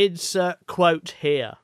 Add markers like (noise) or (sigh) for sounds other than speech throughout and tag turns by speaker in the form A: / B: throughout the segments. A: Insert quote here.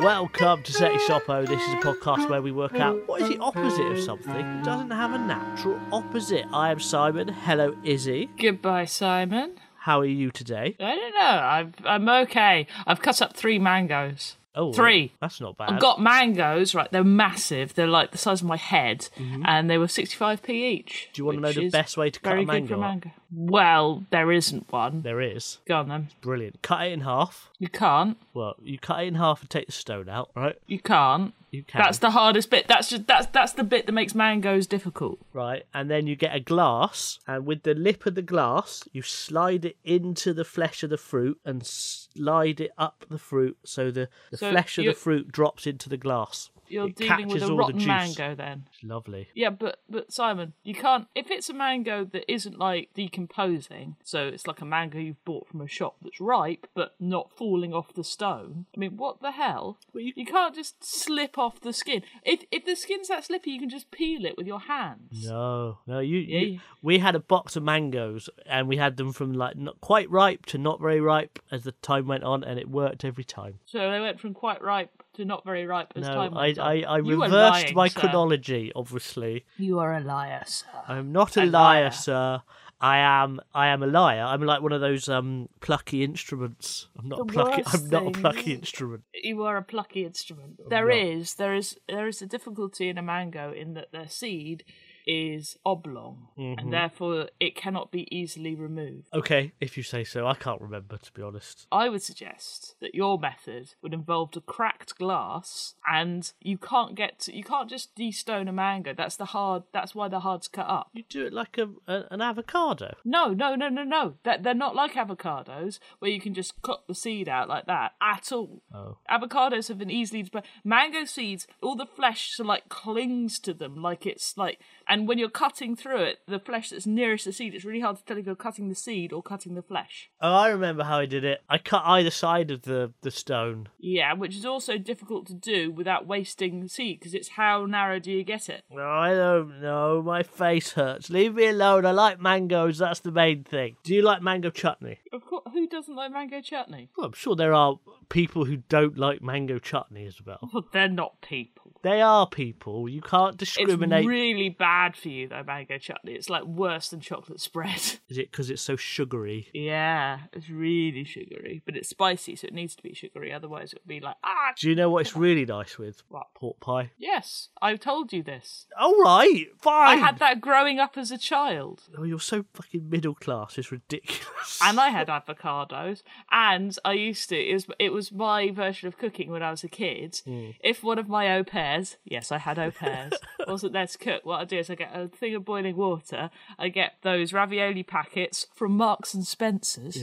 A: Welcome to Seti Sopo. This is a podcast where we work out what is the opposite of something that doesn't have a natural opposite. I am Simon. Hello, Izzy.
B: Goodbye, Simon.
A: How are you today?
B: I don't know. I'm, I'm okay. I've cut up three mangoes.
A: Oh,
B: Three.
A: That's not bad.
B: I've got mangoes, right? They're massive. They're like the size of my head, and they were 65p each.
A: Mm-hmm. Do you want to know
B: which
A: the
B: is
A: best way to cut
B: very
A: a
B: good
A: mango?
B: for
A: up?
B: mango? Well, there isn't one.
A: There is.
B: Go on then.
A: Brilliant. Cut it in half.
B: You can't.
A: Well, you cut it in half and take the stone out, right?
B: You can't.
A: You can.
B: That's the hardest bit. That's just that's that's the bit that makes mangoes difficult.
A: right, and then you get a glass, and with the lip of the glass, you slide it into the flesh of the fruit and slide it up the fruit so the, the
B: So
A: flesh of the
B: you-
A: fruit drops into the glass.
B: You're
A: it
B: dealing with
A: catches
B: a
A: all
B: rotten
A: the juice.
B: mango then.
A: It's lovely.
B: Yeah, but but Simon, you can't if it's a mango that isn't like decomposing, so it's like a mango you've bought from a shop that's ripe but not falling off the stone. I mean, what the hell?
A: Well, you-
B: you... can't just slip off the skin. If if the skin's that slippy, you can just peel it with your hands.
A: No, no, you, you-
B: Yeah.
A: We had a box of mangoes, and we had them from like not quite ripe to not very ripe as the time went on, and it worked every time.
B: So they went from quite ripe to not very ripe as
A: No,
B: time
A: I,
B: went on.
A: I, I
B: You are
A: reversed
B: lying,
A: my
B: sir.
A: chronology, obviously.
B: You are a liar, sir.
A: I'm not a,
B: A
A: liar,
B: liar.
A: sir. I am I am a liar. I'm like one of those um plucky instruments. I'm not a
B: The
A: plucky
B: worst
A: I'm not a
B: thing
A: plucky
B: is-
A: instrument.
B: you are a plucky instrument. There is, there is, there is a difficulty in a mango in that their seed is oblong, and therefore it cannot be easily removed.
A: Okay, if you say so. I can't remember to be honest.
B: I would suggest that your method would involve a cracked glass, and you can't get, to, you can't just destone a mango. That's the hard. That's why they're hard to cut up.
A: You do it like a, a an avocado.
B: No, no, no, no, no. That they're not like avocados where you can just cut the seed out like that at all.
A: Oh.
B: Avocados have been easily but mango seeds, all the flesh so like clings to them like it's like and when you're cutting through it, the flesh that's nearest the seed, it's really hard to tell if you're cutting the seed or cutting the flesh.
A: Oh, I remember how I did it. I cut either side of the the stone.
B: Yeah, which is also difficult to do without wasting the seed because it's how narrow do you get it?
A: No, I don't know. My face hurts. Leave me alone. I like mangoes. That's the main thing. Do you like mango chutney?
B: Of course, who doesn't like mango chutney?
A: Well, I'm sure there are people who don't like mango chutney as well.
B: Well, they're not people.
A: They are people. You can't discriminate.
B: It's really bad for you though, mango chutney. It's like worse than chocolate spread. (laughs)
A: Is it because it's so sugary?
B: yeah, it's really sugary, but it's spicy, so it needs to be sugary. Otherwise, it would be like ah.
A: Do you know what it's really nice with?
B: What?
A: Pork pie.
B: Yes, I've told you this.
A: All right,
B: I
A: fine.
B: had that growing up as a child,
A: Oh, you're so fucking middle class. It's ridiculous.
B: and I had avocados, and I used to. It was it was my version of cooking when I was a kid. If one of my au pairs, yes, I had au pairs, (laughs) wasn't there to cook, what I do is I get a thing of boiling water. I get those ravioli packets from Marks and Spencers.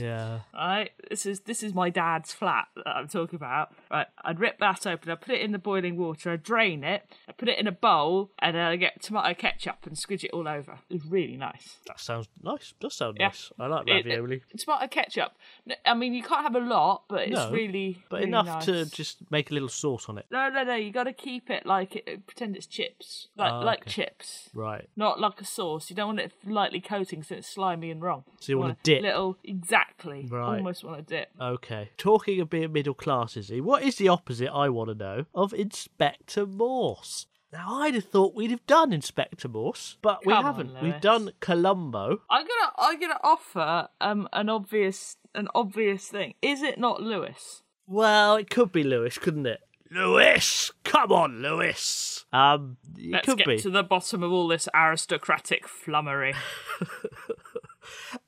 A: (laughs) yeah.
B: Right, this is this is my dad's flat that I'm talking about. Right, I'd rip that open, I put it in the boiling water, I drain it, I put it in a bowl, and then I get tomato ketchup and squidge it all over. It's really nice.
A: That sounds nice. Does sound
B: Yeah.
A: nice. I like
B: It- it-
A: ravioli.
B: Tomato ketchup. N- I mean, you can't have a lot, but it's
A: No,
B: really
A: but
B: really
A: enough to
B: nice.
A: just make a little sauce on it.
B: No, no, no. You got to keep it like it, pretend it's chips, like
A: Ah,
B: like
A: okay.
B: chips,
A: Right.
B: not like a sauce. You don't want it lightly coating, so it's slimy and wrong.
A: So you want
B: want
A: a dip.
B: Little, exactly.
A: Right.
B: Almost want a dip.
A: Okay. Talking of being middle class, is he? What is the opposite, I want to know, of Inspector Morse? Now, I'd have thought we'd have done Inspector Morse, but we
B: Come on,
A: haven't. We've
B: Lewis.
A: done Columbo.
B: I'm gonna I'm gonna offer um an obvious an obvious thing. Is it not Lewis?
A: Well, it could be Lewis, couldn't it? Lewis! Come on, Lewis! Um, it
B: Let's
A: could
B: get
A: be.
B: to the bottom of all this
A: (laughs)
B: aristocratic flummery.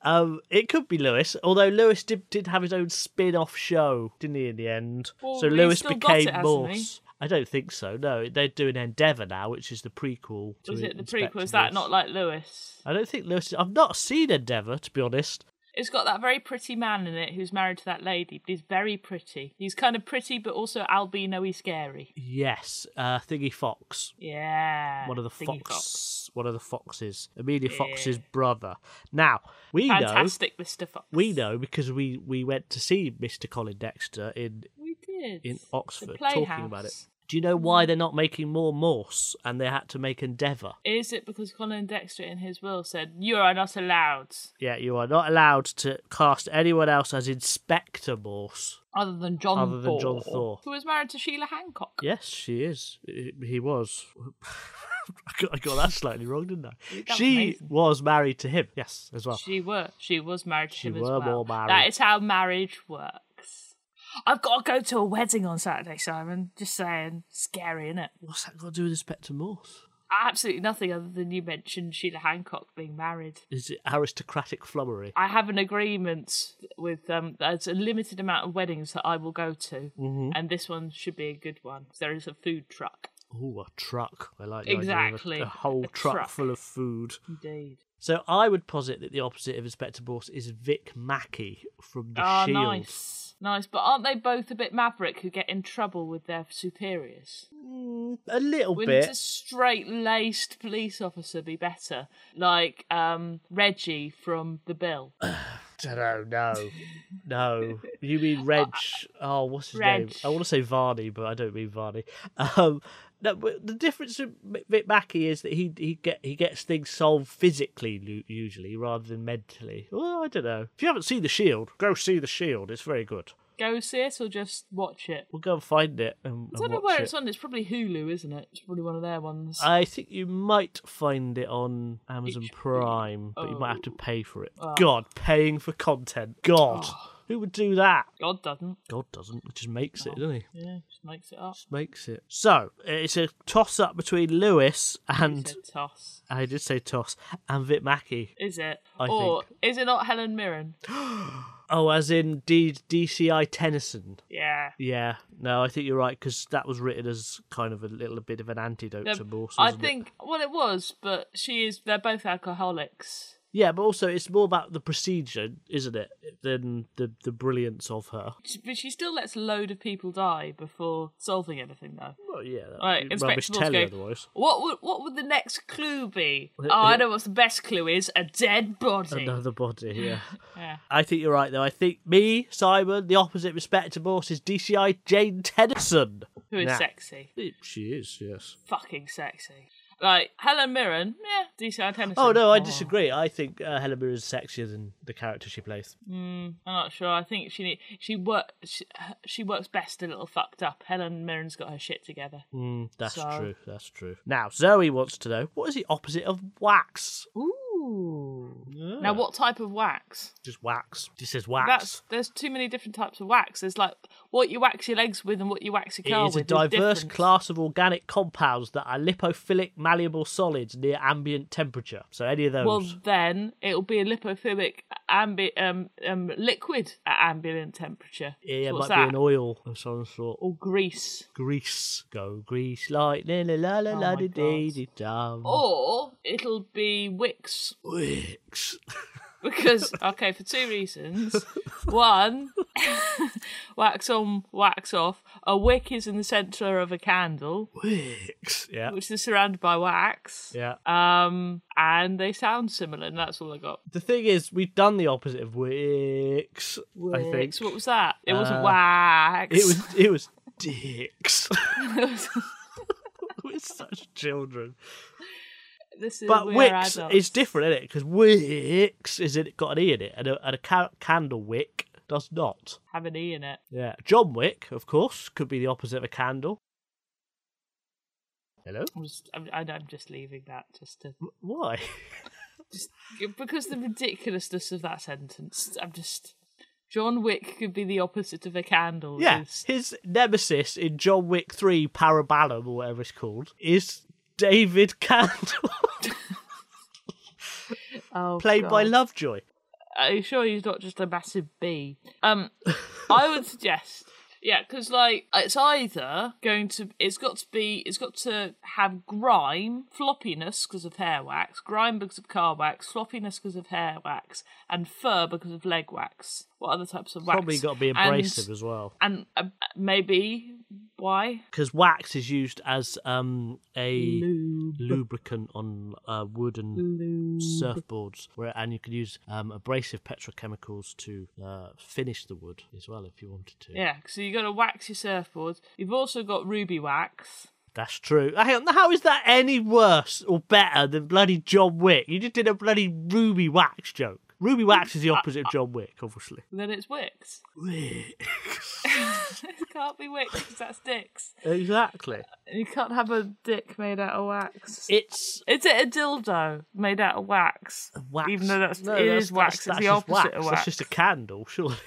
A: Um, it could be Lewis, although Lewis did, did have his own spin off show, didn't he, in the end?
B: Well,
A: so
B: he's
A: Lewis
B: still got
A: became
B: it, hasn't he?
A: Morse. I don't think so, no. They're doing Endeavour now, which is the prequel. To
B: Was it the
A: Inspector
B: prequel? Is
A: Morse.
B: that not like Lewis?
A: I don't think Lewis. I've not seen Endeavour, to be honest.
B: It's got that very pretty man in it who's married to that lady, but he's very pretty. He's kind of pretty, but also albino y scary.
A: Yes, uh, Thingy Fox,
B: Yeah.
A: one of the
B: Thingy
A: fox, one of the foxes, Amelia Fox's
B: Yeah.
A: brother. Now we know,
B: Fantastic Mr. Fox.
A: we know because we we went to see Mr. Colin Dexter in
B: We did.
A: in Oxford
B: The
A: talking about it.
B: Playhouse. Mm.
A: Do you know why they're not making more Morse and they had to make Endeavour?
B: Is it because Colin Dexter in his will said, You are not allowed,
A: Yeah, you are not allowed to cast anyone else as Inspector Morse.
B: other than John
A: Other than
B: Thor,
A: John Thor.
B: who was married to Sheila Hancock?
A: Yes, she is. I- He was. (laughs) I got- I got that slightly wrong, didn't I? She
B: amazing.
A: was married to him, yes, as well.
B: She were. She was married to
A: She
B: him as
A: were
B: well.
A: more married.
B: That is how marriage works. I've got to go to a wedding on Saturday, Simon. Just saying. Scary, isn't it?
A: What's that got to do with Inspector Morse?
B: Absolutely nothing other than you mentioned Sheila Hancock being married.
A: Is it aristocratic flummery?
B: I have an agreement with um there's a limited amount of weddings that I will go to
A: Mm-hmm.
B: and this one should be a good one. There is a food truck.
A: Oh, a truck. I like the idea of a-
B: Exactly,
A: a, whole
B: a
A: truck,
B: truck.
A: full of food.
B: Indeed.
A: So I would posit that the opposite of Inspector Morse is Vic Mackey from The
B: Ah,
A: Shield.
B: nice. Nice. But aren't they both a bit maverick who get in trouble with their superiors?
A: Mm, a little
B: Wouldn't
A: bit.
B: a straight laced police officer be better? Like um Reggie from the Bill.
A: Dunno, no, (laughs) no. You mean Reg?
B: (laughs)
A: Oh, what's his name?
B: Reg.
A: I want to say Varney, but I don't mean Varney. Um, no, but the difference with M- Vic Mackey is that he he get he gets things solved physically lu- usually rather than mentally. Well, I don't know. If you haven't seen The Shield, go see The Shield. It's very good.
B: go see it or just watch it?
A: We'll go and find it and,
B: I
A: and
B: don't know
A: watch
B: where
A: it.
B: it's on. It's probably Hulu, isn't it? It's probably one of their ones.
A: I think you might find it on Amazon Prime, but you might have to
B: Oh.
A: pay for it.
B: Ah.
A: God, paying for content. God, who would do that?
B: God doesn't.
A: God doesn't. It just makes
B: Ah.
A: it, doesn't he?
B: Yeah, just makes it up.
A: Just makes it. So it's a toss up between Lewis and
B: It's a toss.
A: I did say toss and Vic Mackey.
B: Is it?
A: I
B: or is it not Helen Mirren?
A: Oh, as in D- DCI Tennyson.
B: Yeah.
A: Yeah, no, I think you're right because that was written as kind of a little bit of an antidote to
B: Um,
A: Morse.
B: I
A: wasn't it?
B: think well it was, but she is they're both alcoholics.
A: Yeah, but also it's more about the procedure, isn't it, than the the brilliance of her.
B: She- But she still lets a load of people die before solving anything though.
A: Well, yeah, that
B: Right,
A: would be
B: Inspector
A: rubbish
B: Morse
A: telly
B: go-
A: otherwise.
B: What would what would the next clue be? Oh, I know what the best clue is: a dead body.
A: Another body, yeah.
B: (laughs) Yeah.
A: I think you're right though. I think me, Simon, the opposite respect to Morse is DCI Jane Tennyson.
B: Who is
A: Nah.
B: sexy?
A: She is, yes.
B: Fucking sexy. Like Helen Mirren, yeah, DCI Tennyson.
A: Oh no, I disagree. I think uh, Helen Mirren is sexier than the character she plays.
B: I'm not sure. I think she need, she work she, she works best a little fucked up. Helen Mirren's got her shit together.
A: Mm, that's
B: So-
A: true. That's true. Now Zoe wants to know what is the opposite of wax?
B: Ooh. Now, what type of wax?
A: Just wax. She says wax.
B: That's there's too many different types of wax. There's like what you wax your legs with and what you wax your
A: It
B: car
A: is a
B: with.
A: diverse
B: different.
A: class of organic compounds that are lipophilic malleable solids near ambient temperature. So any of those.
B: Well, then it'll be a lipophilic ambi- um, um, liquid at ambient temperature.
A: yeah, it
B: What's
A: might
B: that?
A: be an oil of some sort. Oh,
B: or grease.
A: Grease. Go grease like la la la la la
B: Oh my Oh.
A: de dee dee dum.
B: Or it'll be wicks.
A: Wicks.
B: Because, (laughs) okay, for two
A: (laughs)
B: reasons. One, (laughs) wax on, wax off. A wick is in the centre of a candle,
A: Wicks. Yeah.
B: which is surrounded by wax.
A: Yeah.
B: Um, and they sound similar, and that's all I got.
A: the thing is, we've done the opposite of wicks. I think
B: Wicks, What was that? It
A: Uh,
B: wasn't wax.
A: it was it was dicks. (laughs) We're such children.
B: (laughs) this is
A: But
B: (laughs) we're
A: wicks
B: adults.
A: is different, isn't it? Because wicks is it got an e in it, and a, and a ca- candle wick does not.
B: have an e in it.
A: Yeah, John Wick, of course, could be the opposite of a candle. Hello.
B: I'm just, I'm, I- I'm just leaving that just to
A: Why? (laughs)
B: just because the ridiculousness of that sentence. I'm just John Wick could be the opposite of a candle.
A: Yeah,
B: It's-
A: his nemesis in John Wick Three Parabellum or whatever it's called is David Candle, (laughs)
B: Oh,
A: played by
B: God.
A: Lovejoy.
B: Are you sure he's not just a massive bee? Um,
A: (laughs)
B: I would suggest. Yeah, because like it's either going to, it's got to be, it's got to have grime, floppiness because of hair wax, grime because of car wax, floppiness because of hair wax, and fur because of leg wax. what other types of wax.
A: Probably got to be abrasive as well.
B: And, and uh, maybe why?
A: Because wax is used as um, a
B: Lube.
A: lubricant on uh, wood and
B: Lube.
A: surfboards, where, and you could use um, abrasive petrochemicals to uh, finish the wood as well if you wanted to.
B: Yeah, so you got to wax your surfboards. You've also got ruby wax.
A: That's true. Hang on, how is that any worse or better than bloody John Wick? You just did a bloody ruby wax joke. Ruby wax is the opposite of John Wick, obviously.
B: Then it's wicks. (laughs) it can't be wicks because that's dicks.
A: (laughs) exactly.
B: And you can't have a dick made out of wax.
A: It's
B: Is it a dildo made out of wax?
A: wax.
B: Even though that's-
A: no,
B: it is wax, it's the
A: just
B: opposite of
A: That's just a
B: wax.
A: candle,
B: (laughs)
A: surely.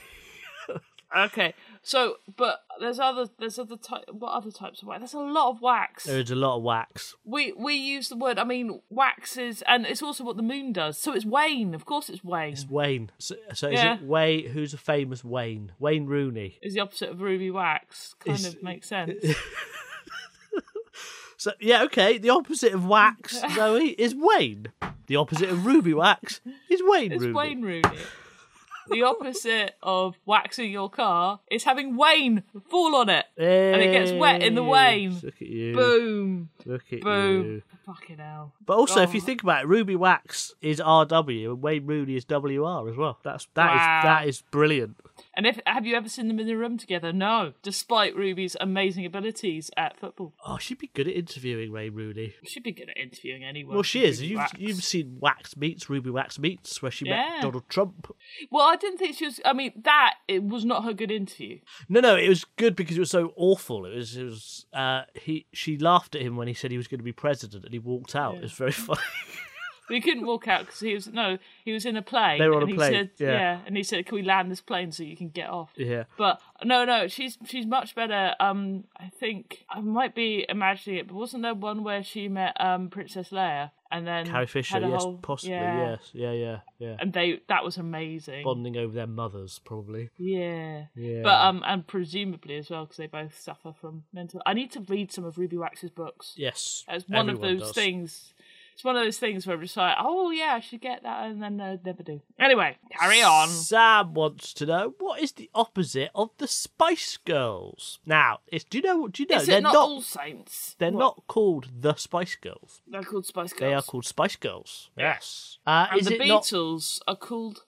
B: Okay, so but there's other there's other type. What other types of wax? There's a lot of wax.
A: There is a lot of wax.
B: We we use the word. I mean, wax is, and it's also what the moon does. So it's Wayne. Of course, it's Wayne.
A: It's Wayne. So, so
B: Yeah.
A: is it Wayne? Who's a famous Wayne? Wayne Rooney.
B: Is the opposite of ruby wax. Kind
A: It's-
B: of makes sense.
A: So yeah, okay. The opposite of
B: (laughs)
A: wax, Zoe, is Wayne. The opposite of ruby wax is Wayne
B: It's
A: Rooney.
B: Wayne Rooney. The opposite of waxing your car is having Wayne fall on it. And it gets wet in the
A: Hey,
B: Wayne.
A: Look at you.
B: Boom.
A: Look at
B: Boom.
A: you.
B: Fucking hell.
A: But also, if you
B: Oh.
A: think about it, ruby wax is RW, and Wayne Rooney is WR as well. That's that is
B: Wow.
A: that is brilliant.
B: And if have you ever seen them in the room together? No. Despite Ruby's amazing abilities at football,
A: Oh, she'd be good at interviewing Wayne Rooney.
B: she'd be good at interviewing anyone.
A: Well, she is.
B: Ruby
A: You've
B: Wax.
A: you've seen Wax Meets Ruby Wax Meets, where she
B: Yeah.
A: met Donald Trump.
B: Well, I didn't think she was. I mean, that it was not her good interview.
A: No, no, it was good because it was so awful. It was, it was. Uh, he, she laughed at him when he said he was going to be president, and he walked out. It was very (laughs) funny.
B: We couldn't walk out because he was no. He was in a plane.
A: They were on
B: and
A: a
B: he
A: plane,
B: Said,
A: yeah.
B: And he said, "Can we land this plane so you can get off?"
A: yeah,
B: But no, no, she's she's much better. Um, I think I might be imagining it, but wasn't there one where she met um Princess Leia and then
A: Carrie Fisher.
B: had a
A: Yes,
B: whole-
A: possibly.
B: yeah.
A: Yes, yeah, yeah, yeah.
B: And they that was amazing.
A: Bonding over their mothers, probably.
B: Yeah.
A: Yeah.
B: But um, and presumably as well because they both suffer from mental. I need to read some of Ruby Wax's books.
A: yes,
B: It's one of
A: everyone
B: those
A: does.
B: things. It's one of those things where it's like, oh yeah, I should get that, and then I never do. Anyway, carry on.
A: Sam wants to know what is the opposite of the Spice Girls. Now, it's, do you know? Do you know?
B: Is
A: they're
B: it not, All Saints?
A: they're
B: What?
A: not called the Spice Girls.
B: They're called Spice Girls.
A: They are called Spice Girls. Yes. Uh,
B: And
A: is
B: the
A: it not?
B: Beatles are called.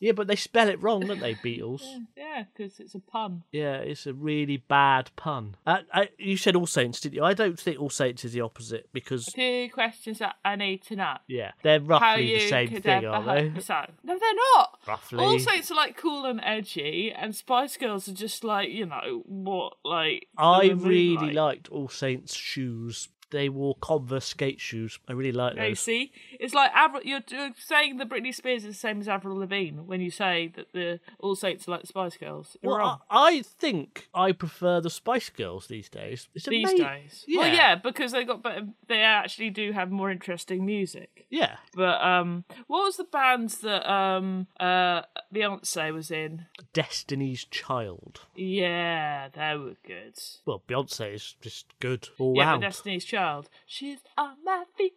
A: Yeah, but they spell it wrong, don't they? Beatles.
B: (laughs) Yeah, because it's a pun.
A: Yeah, it's a really bad pun. Uh, I, you said All Saints, didn't you? I don't think All Saints is the opposite because
B: Two questions that I need to know.
A: yeah, they're
B: How
A: roughly
B: you
A: the same
B: could
A: thing,
B: ever
A: aren't
B: hope
A: they?
B: So no, they're not.
A: Roughly.
B: All Saints are like cool and edgy, and Spice Girls are just like you know what, like
A: (laughs) I
B: the movie
A: really
B: like.
A: liked All Saints shoes. They wore Converse skate shoes. I really like
B: Yeah, you
A: those.
B: see, it's like Avril. You're, you're saying that Britney Spears is the same as Avril Lavigne when you say that the All Saints are like the Spice Girls. You're wrong.
A: Well, I, I think I prefer the Spice Girls these days. It's
B: These
A: amazing.
B: days, well,
A: yeah.
B: yeah, because they got better. They actually do have more interesting music.
A: Yeah.
B: But um, what was the band that um uh Beyonce was in?
A: Destiny's Child.
B: Yeah, they were good.
A: Well, Beyonce is just good all
B: Yeah,
A: round.
B: but Destiny's Child. She's on my feet.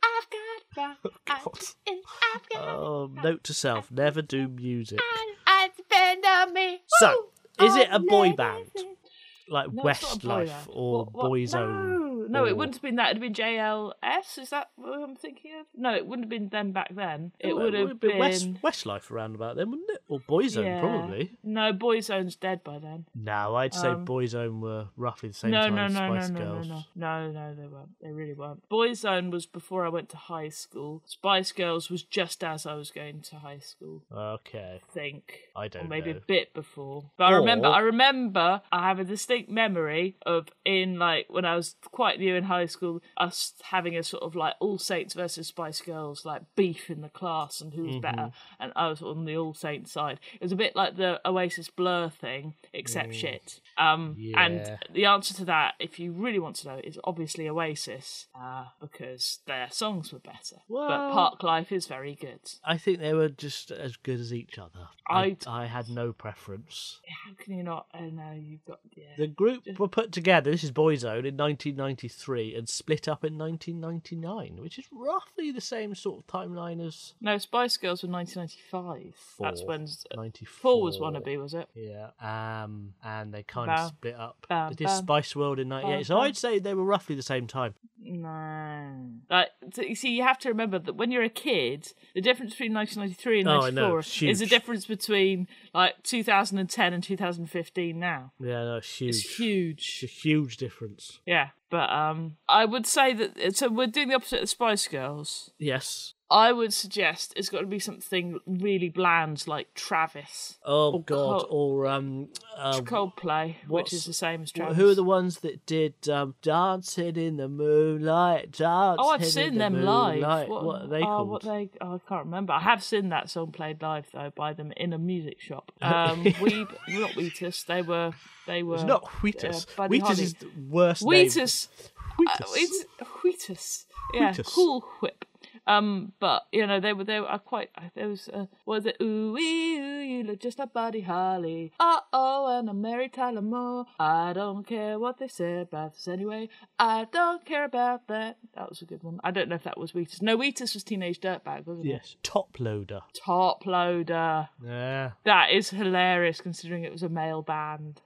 A: (laughs)
B: I've got my eyes in, I've got
A: Oh, note to self: never do music.
B: my eyes depend on me.
A: So,
B: Woo!
A: is it a
B: Oh,
A: boy
B: lady.
A: band? Like
B: No, it's not a boy
A: Westlife
B: band.
A: or
B: What- what-
A: Boyzone?
B: No, no,
A: or-
B: it wouldn't have been that. It'd been JLS. Is that what I'm thinking of? No, it wouldn't have been them back then. It,
A: Well,
B: would have
A: would've been West, Westlife around about then, wouldn't it? Or Boyzone,
B: yeah.
A: probably.
B: No, Boyzone's dead by then.
A: No, I'd say
B: Um,
A: Boyzone were roughly the same
B: No,
A: time
B: no,
A: as
B: no, no,
A: Spice
B: no, no,
A: Girls.
B: no, no, no, they weren't. They really weren't. Boyzone was before I went to high school. Spice Girls was just as I was going to high school.
A: Okay.
B: I think.
A: I don't
B: Or maybe
A: know.
B: a bit before. But I remember,
A: Or-
B: I remember, I have a distinct memory of in like when I was quite new in high school, us having a sort of like All Saints versus Spice Girls like beef in the class and who was better.
A: Mm-hmm.
B: And I was on the All Saints side. It was a bit like the Oasis Blur thing, except shit. Um,
A: Mm. Yeah.
B: and the answer to that, if you really want to know, is obviously Oasis uh, because their songs were better.
A: Well-
B: But Park Life is very good.
A: I think they were just as good as each other. I,
B: I'd-
A: I had no preference.
B: How can you not? Oh no, you've got yeah.
A: The group were put together, this is Boyzone, in 1993 and split up in 1999, which is roughly the same sort of timeline as
B: No, Spice Girls were 1995. That's
A: Four.
B: when s- uh,
A: 94.
B: Four was Wannabe, was it?
A: Yeah. Um, and they kind
B: Bam.
A: of split up.
B: Bam,
A: They did
B: bam.
A: Spice World in 98.
B: Bam,
A: so
B: bam.
A: I'd say they were roughly the same time.
B: No. Like, so you see, you have to remember that when you're a kid, the difference between 1993 and
A: Oh, I know.
B: 94
A: It's
B: is the
A: huge.
B: difference between like 2010 and 2015 now.
A: Yeah, no, it's huge.
B: It's huge.
A: It's a huge difference.
B: Yeah, but um, I would say that uh, so we're doing the opposite of Spice Girls.
A: Yes.
B: I would suggest it's got to be something really bland, like Travis,
A: Oh,
B: Or
A: God.
B: Col-
A: Or um, uh,
B: Coldplay, which
A: what's-
B: is the same as
A: Well,
B: Travis.
A: Who are the ones that did um, "Dancing in the Moonlight"? Dancing
B: Oh, I've
A: in
B: seen
A: the
B: them live.
A: Moonlight. What, are they
B: oh,
A: called?
B: What they? oh, I can't remember. I have seen that song played live though by them in a music shop.
A: (laughs)
B: Um, Weeb, not Wheatus. They were. They were.
A: Uh, It's not Wheatus.
B: Uh, Buddy
A: Wheatus
B: Holly.
A: is the worst name.
B: Wheatus.
A: Wheatus.
B: Uh, it's Wheatus. Yeah,
A: Wheatus.
B: cool whip. Um, but you know they were they were quite. There was uh, was it ooh wee ooh you look just like Buddy Holly. Uh oh, and I'm Mary Tyler Moore. I don't care what they say about this anyway. I don't care about that. That was a good one. I don't know if that was Wheatus. No, Wheatus was Teenage Dirtbag, wasn't it?
A: yes, top loader.
B: Top loader.
A: Yeah,
B: That is hilarious considering it was a male band.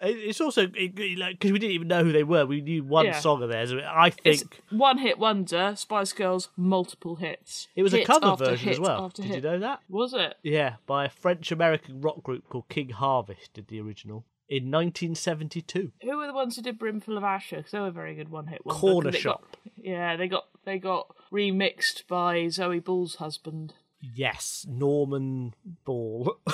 A: It- it's also because we didn't even know who they were. We knew one
B: Yeah.
A: song of theirs. I think
B: It's one hit wonder. Spice Girls, multiple hits.
A: it was a
B: Hit
A: cover
B: after
A: version as
B: hit
A: well.
B: after
A: Did you
B: hit.
A: know that?
B: Was it?
A: Yeah, by a French American rock group called King Harvest did the original in 1972.
B: Who were the ones who did Brimful of Asher? Because they were a very good one hit one.
A: Corner Shop.
B: yeah, they got they got remixed by Zoe Bull's husband.
A: Yes, Norman Ball. (laughs)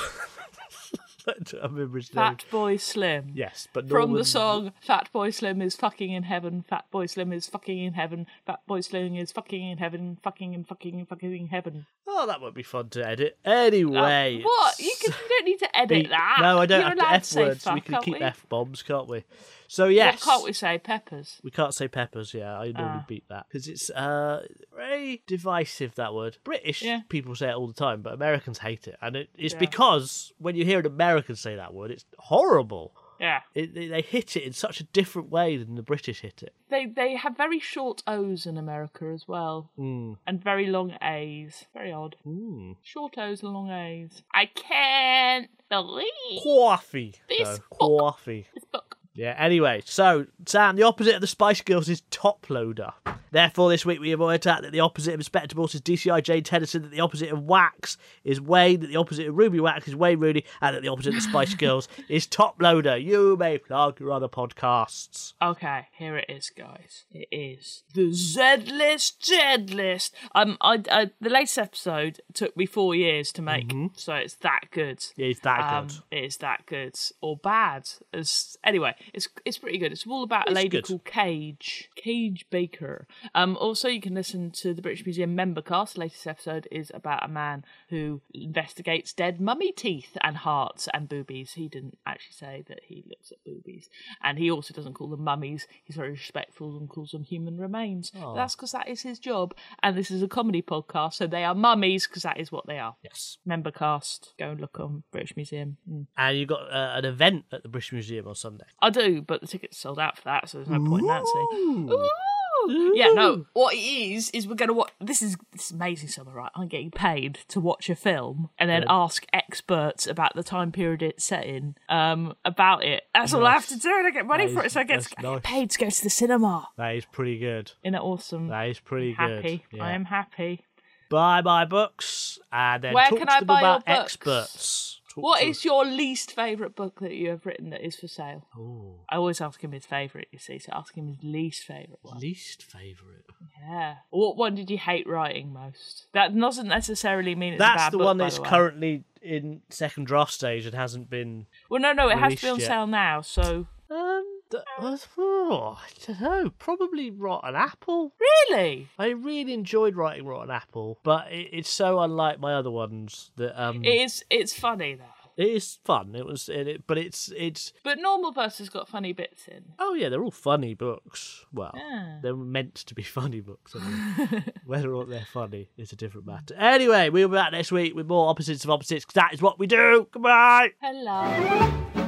A: I don't remember his name.
B: Fat Boy Slim.
A: Yes, but Norman,
B: From the song Fat Boy Slim is fucking in heaven, Fat Boy Slim is fucking in heaven, Fat Boy Slim is fucking in heaven, fucking and fucking and fucking in heaven.
A: Oh, that won't be fun to edit. Anyway,
B: Uh, what? You,
A: it's-
B: can, you don't need to edit
A: we-
B: that.
A: No, I don't
B: You're
A: have
B: allowed
A: to
B: to
A: f
B: say
A: words. we
B: fuck,
A: can
B: aren't
A: keep
B: we?
A: f bombs, can't we? So yes,
B: What can't we say? Peppers.
A: We can't say peppers, yeah. I normally
B: Ah.
A: beat that because it's uh, very divisive. That word, British
B: Yeah.
A: people say it all the time, but Americans hate it, and it, it's
B: Yeah.
A: because when you hear an American say that word, it's horrible.
B: Yeah.
A: It, they, they hit it in such a different way than the British hit it.
B: They they have very short O's in America as well,
A: Mm.
B: and very long A's. Very odd.
A: Mm.
B: Short O's and long A's. I can't believe
A: Coffee,
B: This
A: though. coffee.
B: this book.
A: Yeah, anyway, so Sam, the opposite of the Spice Girls is top loader. Therefore, this week we have worked out that the opposite of Spectables is DCI Jane Tennyson, that the opposite of Wax is Wayne, that the opposite of Ruby Wax is Wayne Rooney, and that the opposite of the Spice
B: (laughs)
A: Girls is top loader. You may plug your other podcasts.
B: Okay, here it is, guys. It is the Z list, Z list. Um, I, I the latest episode took me four years to make, so it's that good.
A: Mm-hmm. Yeah, it's that
B: Um,
A: good.
B: it is that good or bad? It's, anyway, it's it's pretty good. It's all about a
A: It's
B: lady
A: good.
B: called Cage, Cage Baker. Um, also, you can listen to the British Museum member cast. The latest episode is about a man who investigates dead mummy teeth and hearts and boobies. He didn't actually say that he looks at boobies, and he also doesn't call them mummies. He's very respectful and calls them human remains. But that's because that is his job, and this is a comedy podcast, so they are mummies because that is what they are
A: Yes.
B: member cast. Go and look on British Museum. Mm.
A: And you got uh, an event at the British Museum on Sunday.
B: I do, but the tickets sold out for that, so there's no point in that. Saying. Ooh. Yeah, no. What it is is we're gonna watch. This is this is amazing summer, right? I'm getting paid to watch a film and then ask experts about the time period it's set in, um, about it. That's all I have to do, and I get money
A: That
B: for
A: is-
B: it. So I get,
A: that's
B: I get
A: nice.
B: paid to go to the cinema.
A: That is pretty good.
B: Isn't it awesome?
A: That is pretty
B: happy.
A: good.
B: I
A: Yeah.
B: am happy.
A: Buy my books and then
B: Where
A: talk
B: can
A: to
B: I
A: them
B: buy your
A: about
B: books?
A: experts. Talk
B: What
A: to
B: is your least favourite book that you have written that is for sale?
A: Ooh.
B: I always ask him his favourite, you see, so ask him his least favourite one.
A: least favourite?
B: Yeah. What one did you hate writing most? That doesn't necessarily mean it's a
A: That's
B: bad
A: the
B: book,
A: one
B: by
A: that's
B: the way.
A: currently in second draft stage and hasn't been.
B: Well, no, no, it has to
A: released
B: be on
A: yet.
B: sale now. So
A: Um, th- oh, I don't know. Probably Rotten Apple.
B: really,
A: I really enjoyed writing Rotten Apple, but it, it's so unlike my other ones that um,
B: it is. It's funny though.
A: it is fun. It was, it, it, but it's it's.
B: But normal person's got funny bits in.
A: Oh yeah, they're all funny books. Well,
B: Yeah.
A: they're meant to be (laughs) funny books. I
B: (laughs)
A: mean. Whether or not they're funny is a different matter. Anyway, we'll be back next week with more opposites of opposites. 'cause that is what we do. Goodbye.
B: Hello.